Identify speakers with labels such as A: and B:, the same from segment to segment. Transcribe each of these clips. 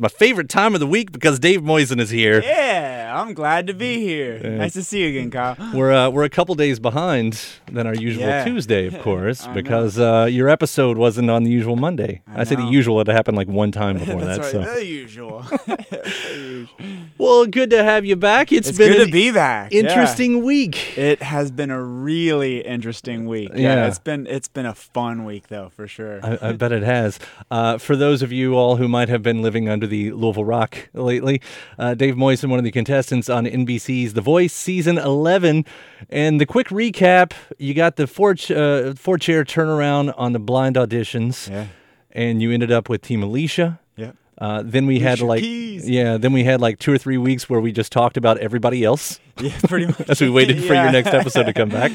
A: my favorite time of the week because Dave Moisen is here.
B: Yeah, I'm glad to be here. Nice to see you again, Kyle.
A: We're uh, we're a couple days behind than our usual
B: Yeah.
A: Tuesday, of course,
B: I know.
A: because uh, your episode wasn't on the usual Monday. I, say the
B: know.
A: usual; it happened like one time before that.
B: That's right,
A: So,
B: the usual.
A: well, good to have you back.
B: it's
A: been
B: good
A: an
B: to be back. Yeah.
A: interesting week.
B: It has been a really interesting week. Yeah,
A: Yeah.
B: it's been it's been a fun week though, for sure.
A: I, I bet it has. Uh, for those of you all who might have been living under the Louisville rock lately, uh, Dave Moyson, one of the contestants on NBC's The Voice, season 11. And the quick recap you got the four, ch- uh, four chair turnaround on the blind auditions,
B: Yeah.
A: and you ended up with Team Alicia.
B: Yep.
A: Uh, then we had
B: Alicia
A: like
B: Keys.
A: yeah. Then we had like two or three weeks where we just talked about everybody else
B: Yeah, pretty much.
A: as we waited for
B: Yeah.
A: your next episode to come back.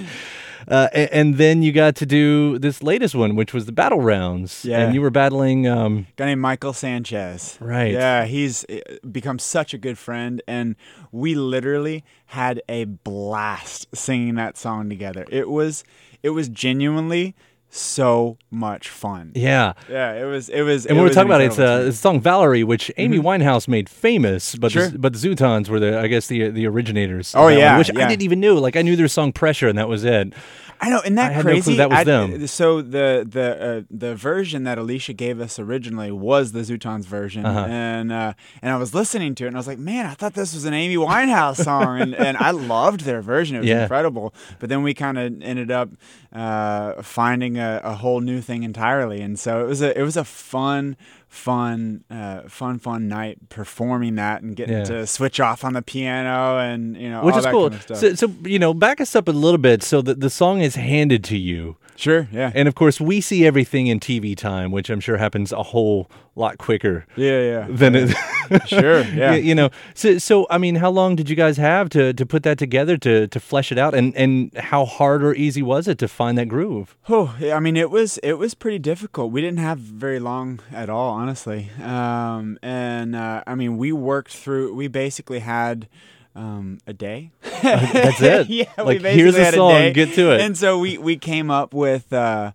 A: Uh, a- and, then you got to do this latest one, which was the battle rounds.
B: Yeah.
A: And you were battling. Um,
B: guy named Michael Sanchez.
A: Right.
B: Yeah, he's uh, become such a good friend, and we literally had a blast singing that song together. It was, it was genuinely so much fun.
A: yeah.
B: Yeah, it was. It was.
A: And
B: it
A: we were
B: was an
A: talking about it, it's,
B: incredible Mm-hmm.
A: uh, it's the song "Valerie," which Amy Winehouse made famous, but
B: Sure.
A: the, but the Zootons were the I guess the the originators. of
B: Oh,
A: that one,
B: yeah,
A: which I
B: yeah.
A: didn't even knew. Like I knew their song "Pressure" and that was it.
B: time. I know. Isn't that
A: I had no clue
B: crazy?
A: that was
B: I-
A: them.
B: So the the uh, the version that Alicia gave us originally was the Zootons version,
A: Uh-huh.
B: and uh, and I was listening to it, and I was like, man, I thought this was an Amy Winehouse song, and, and I loved their version. It was
A: Yeah.
B: incredible. But then we kind of ended up uh, finding a, a whole new thing entirely, and so it was a it was a fun. Fun, uh, fun, fun night performing that and getting
A: Yeah.
B: to switch off on the piano and you know
A: which
B: all
A: is
B: Oh, that
A: cool.
B: kind of stuff.
A: so, so you know, back us up a little bit. So that the song is handed to you,
B: sure, yeah.
A: and of course we see everything in TV time, which I'm sure happens a whole lot quicker
B: Yeah, yeah.
A: than it.
B: Sure.
A: Y-
B: Yeah.
A: you know so so i mean how long did you guys have to to put that together to to flesh it out and and how hard or easy was it to find that groove
B: Oh, yeah, I mean, it was it was pretty difficult. We didn't have very long at all, honestly. Um, and uh, I mean, we worked through. We basically had um, a day.
A: Uh, that's it
B: yeah, we
A: like
B: basically
A: here's a
B: had
A: song
B: a day.
A: get to it
B: And so we we came up with uh,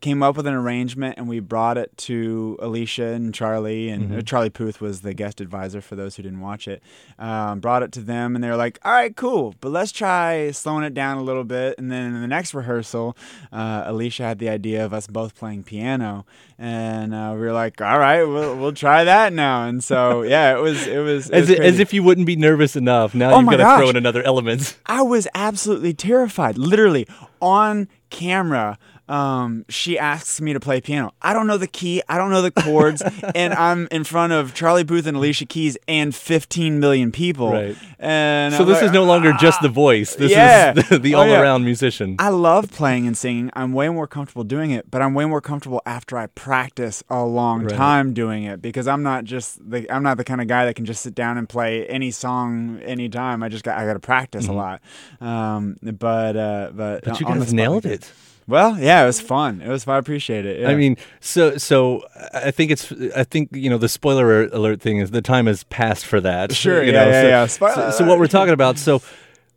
B: came up with an arrangement, and we brought it to Alicia and Charlie, and
A: Mm-hmm.
B: uh, Charlie Puth was the guest advisor for those who didn't watch it. Um, brought it to them, and they were like, "All right, cool, but let's try slowing it down a little bit." And then in the next rehearsal, uh, Alicia had the idea of us both playing piano, and uh, we were like, "All right, we'll we'll try that now." And so yeah, it was it was it
A: as,
B: was
A: i- as
B: crazy.
A: if you wouldn't be nervous enough now
B: Oh
A: you've
B: my
A: got to throw
B: gosh.
A: in another element
B: I was absolutely terrified. Literally on camera, um, she asks me to play piano. I don't know the key, I don't know the chords, and I'm in front of Charlie Booth and Alicia Keys and 15 million people.
A: Right.
B: And
A: so
B: I'm
A: this
B: like,
A: is no longer just the voice this
B: ah. yeah.
A: is the, the
B: Oh, yeah.
A: all-around musician
B: I love playing and singing. I'm way more comfortable doing it, but I'm way more comfortable after I practice a long
A: Right.
B: time doing it because I'm not just the I'm not the kind of guy that can just sit down and play any song anytime. I just got I got to practice a lot. Um, but uh, but
A: Mm-hmm. but you
B: on the
A: guys
B: spot
A: nailed
B: like
A: it
B: that. Well, yeah, it was fun. It was fun. I appreciate it.
A: I
B: yeah.
A: mean, so so I I think it's I think you know the spoiler alert thing is the time has passed for that.
B: Sure,
A: you
B: yeah,
A: know,
B: yeah,
A: so,
B: yeah,
A: so-
B: spoiler
A: so what we're talking about, so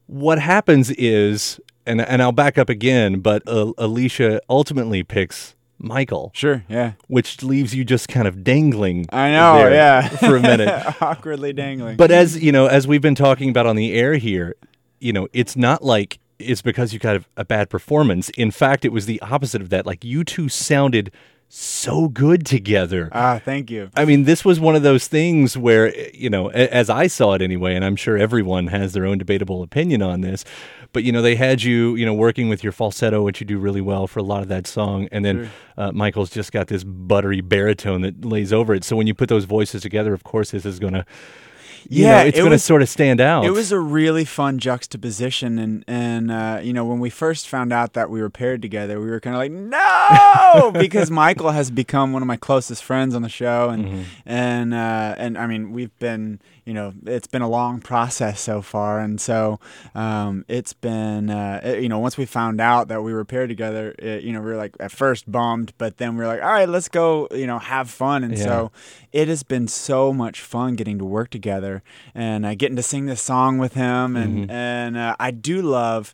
A: what happens is, and and I'll back up again, but uh, Alicia ultimately picks Michael,
B: sure, yeah.
A: which leaves you just kind of dangling.
B: I know,
A: there
B: yeah.
A: for a minute.
B: Awkwardly dangling.
A: But as you know, as we've been talking about on the air here, you know, it's not like it's because you got a, a bad performance. In fact, it was the opposite of that. Like you two sounded so good together.
B: ah, thank you.
A: I mean, this was one of those things where, eh, you know, a- as I saw it anyway, and I'm sure everyone has their own debatable opinion on this, but, you know, they had you, you know, working with your falsetto, which you do really well for a lot of that song. And then uh, Michael's just got this buttery baritone that lays over it. So when you put those voices together, of course, this is going to, you
B: Yeah,
A: know, it's
B: it
A: going to
B: was-
A: sort of stand out.
B: It was a really fun juxtaposition, and and uh, you know when we first found out that we were paired together, we were kind of like no, because Michael has become one of my closest friends on the show, and
A: Mm-hmm.
B: and uh, and I mean we've been you know it's been a long process so far, and so um, it's been uh, it- you know once we found out that we were paired together, it, you know we were like at first bummed, but then we were like all right, let's go you know have fun, and
A: Yeah.
B: so it has been so much fun getting to work together and uh, getting to sing this song with him and and uh, I do love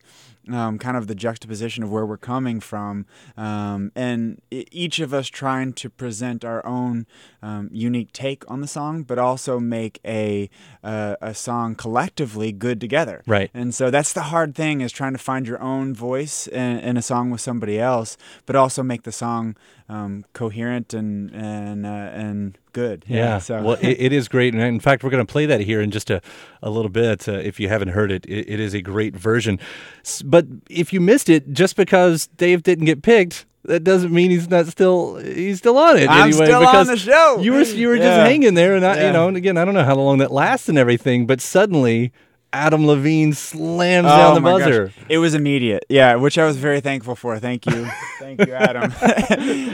B: um, kind of the juxtaposition of where we're coming from, um, and e- each of us trying to present our own um, unique take on the song, but also make a uh, a song collectively good together.
A: Right.
B: And so that's the hard thing is trying to find your own voice in, in a song with somebody else, but also make the song um, coherent and and uh, and good. So
A: well, it, it is great, and in fact, we're going to play that here in just a, a little bit. Uh, if you haven't heard it, it, it is a great version. S- But if you missed it, just because Dave didn't get picked, that doesn't mean he's not still he's still on it.
B: I'm
A: anyway,
B: still on
A: because
B: the show.
A: You were you were just
B: Yeah.
A: hanging there, and I, you
B: Yeah.
A: know, and again, I don't know how long that lasts and everything, but suddenly Adam Levine slams
B: Oh
A: down the
B: my gosh.
A: buzzer.
B: It was immediate. Yeah, which I was very thankful for. Thank you. Thank you, Adam.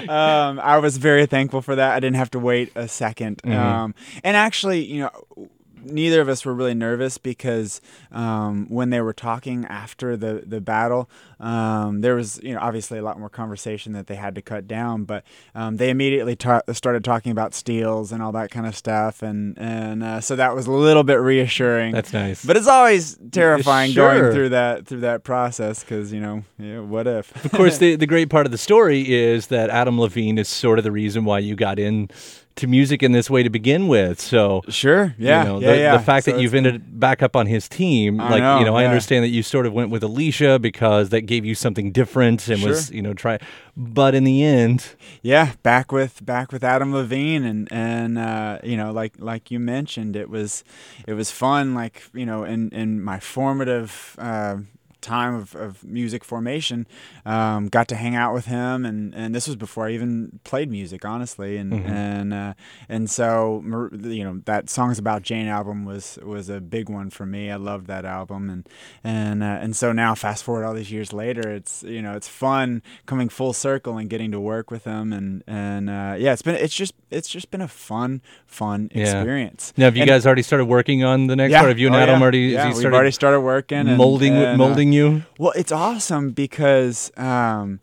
B: um, I was very thankful for that. I didn't have to wait a 2nd
A: Mm-hmm.
B: Um, and actually, you know, neither of us were really nervous because um, when they were talking after the, the battle, um, there was, you know, obviously a lot more conversation that they had to cut down, but um, they immediately ta- started talking about steals and all that kind of stuff. And, and uh, so that was a little bit reassuring.
A: That's nice.
B: But it's always terrifying
A: Sure.
B: going through that through that process because you know, yeah, what if?
A: of course, the, the great part of the story is that Adam Levine is sort of the reason why you got in to music in this way to begin with. So
B: Sure. Yeah.
A: you know,
B: yeah,
A: the,
B: yeah.
A: the fact
B: So
A: that you've ended back up on his team,
B: I
A: like you
B: know,
A: know, I
B: yeah.
A: understand that you sort of went with Alicia because that gave you something different and was
B: Sure.
A: you know try, but in the end,
B: it's- yeah, back with back with Adam Levine and and uh, you know, like like you mentioned, it was it was fun. Like you know, in in my formative. Uh, time of, of music formation um, got to hang out with him and, and this was before I even played music honestly and and uh, and so Mar- you know that songs about Jane album was was a big one for me I loved that album and and uh, and so now fast forward all these years later it's you know it's fun coming full circle and getting to work with him and and uh, yeah it's been it's just it's just been a fun fun
A: Yeah.
B: experience
A: now have you
B: And-
A: guys already started working on the next
B: yeah.
A: part? Have you and
B: Oh,
A: Adam
B: yeah.
A: already,
B: yeah,
A: has he
B: we've
A: started
B: already started working and,
A: molding
B: and, uh,
A: molding you?
B: well, it's awesome because um,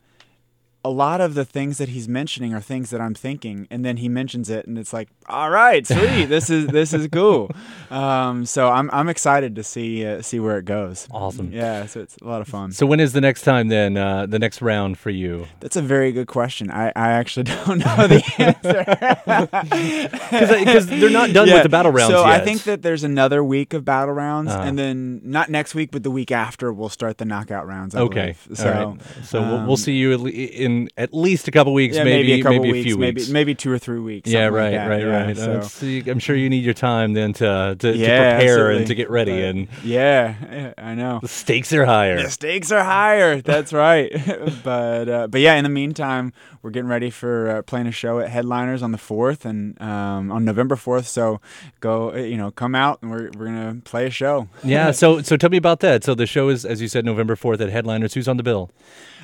B: a lot of the things that he's mentioning are things that I'm thinking, and then he mentions it, and it's like, all right, sweet, this is this is cool. Um, so I'm I'm excited to see uh, see where it goes.
A: Awesome.
B: Yeah, so it's a lot of fun.
A: So when is the next time then? Uh, the next round for you?
B: That's a very good question. I, I actually don't know the answer.
A: Because they're not done
B: Yeah.
A: with the battle rounds
B: So
A: yet.
B: I think that there's another week of battle rounds,
A: Uh-huh.
B: and then not next week, but the week after, we'll start the knockout rounds. I
A: Okay.
B: believe.
A: So, All right. So we'll, we'll see you at le- in at least a couple weeks,
B: um, yeah,
A: maybe
B: maybe, a couple
A: maybe
B: weeks,
A: few
B: maybe
A: weeks.
B: maybe two or three weeks.
A: yeah,
B: something like
A: right,
B: that.
A: right,
B: yeah,
A: right. Uh,
B: So.
A: so you- I'm sure you need your time then to to,
B: Yeah,
A: to prepare and
B: absolutely.
A: to get ready,
B: But-
A: and
B: yeah, yeah, I know.
A: the stakes are higher.
B: The stakes are higher. That's right. but uh, but yeah, in the meantime, we're getting ready for uh, playing a show at Headliners on the fourth and um, on November fourth. So go, uh, you know, come out and we're we're gonna play a show.
A: Yeah. So so tell me about that. So the show is, as you said, November fourth at Headliners. Who's on the bill?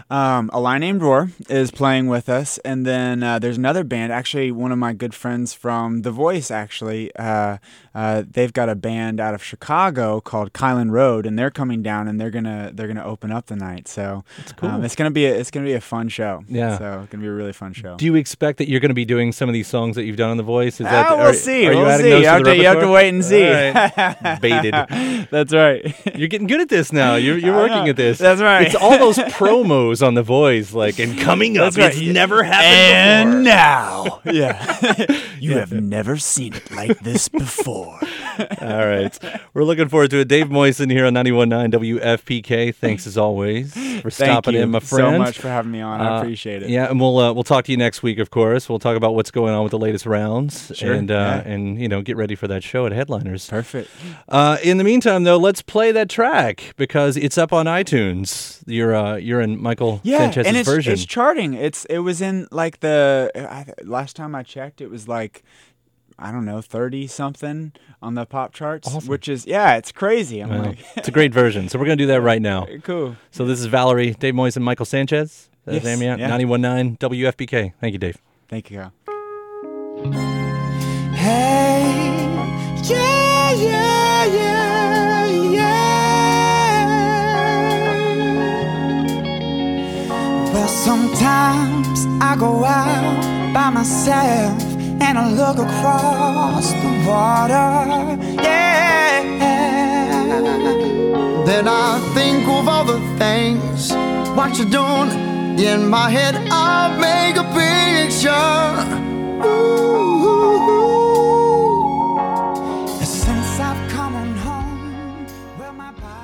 B: Um, a line named Roar is playing with us, and then uh, there's another band. Actually, one of my good friends from The Voice. Actually, uh, uh, they've got a band out of Chicago called Kylan Road, and they're coming down, and they're gonna they're gonna open up the night. So
A: cool.
B: um, it's gonna be a, it's gonna be a fun show.
A: Yeah.
B: so it's gonna be a really fun show.
A: Do you expect that you're going to be doing some of these songs that you've done on The Voice? Is that
B: Ah, we'll
A: are,
B: see.
A: Are you
B: we'll
A: adding
B: see.
A: those
B: you, have
A: to the
B: to, you have to
A: repertoire?
B: wait and see.
A: All right. Baited.
B: That's right.
A: You're getting good at this now. You're you're
B: I
A: working
B: know.
A: at this.
B: That's right.
A: It's all those promos on The Voice, like and coming up.
B: That's right.
A: It's never happened before.
B: And now, yeah, you have never seen it like this before.
A: All right. We're looking forward to it. Dave Moisen here on 91.9 WFPK. Thanks as always for stopping
B: Thank you
A: in, my friend.
B: so much for having me on. I
A: Uh,
B: appreciate it.
A: Yeah, and we'll uh, we'll talk to you next week, of course. We'll talk about what's going on with the latest rounds,
B: Sure,
A: and uh,
B: yeah.
A: and you know get ready for that show at Headliners.
B: Perfect.
A: Uh, in the meantime, though, let's play that track because it's up on iTunes. You're uh, you're in Michael
B: Yeah,
A: Sanchez's
B: and it's,
A: version.
B: it's charting. It's it was in like the I, last time I checked, it was like I don't know thirty something on the pop charts, which is yeah, it's crazy. I'm
A: Well,
B: like,
A: it's a great version, so we're gonna do that right now.
B: cool.
A: So this is Valerie, Dave Moisen, Michael Sanchez. That's
B: Yes,
A: yes,
B: yeah.
A: 91.9 WFPK. Thank you, Dave.
B: Thank you. Kyle.
C: Hey, yeah, yeah, yeah, yeah. Well, sometimes I go out by myself and I look across the water. Yeah.
D: Then I think of all the things
C: what you're doing. In my head, I'll make a picture. Ooh.
B: And since I've come on home, well, my body.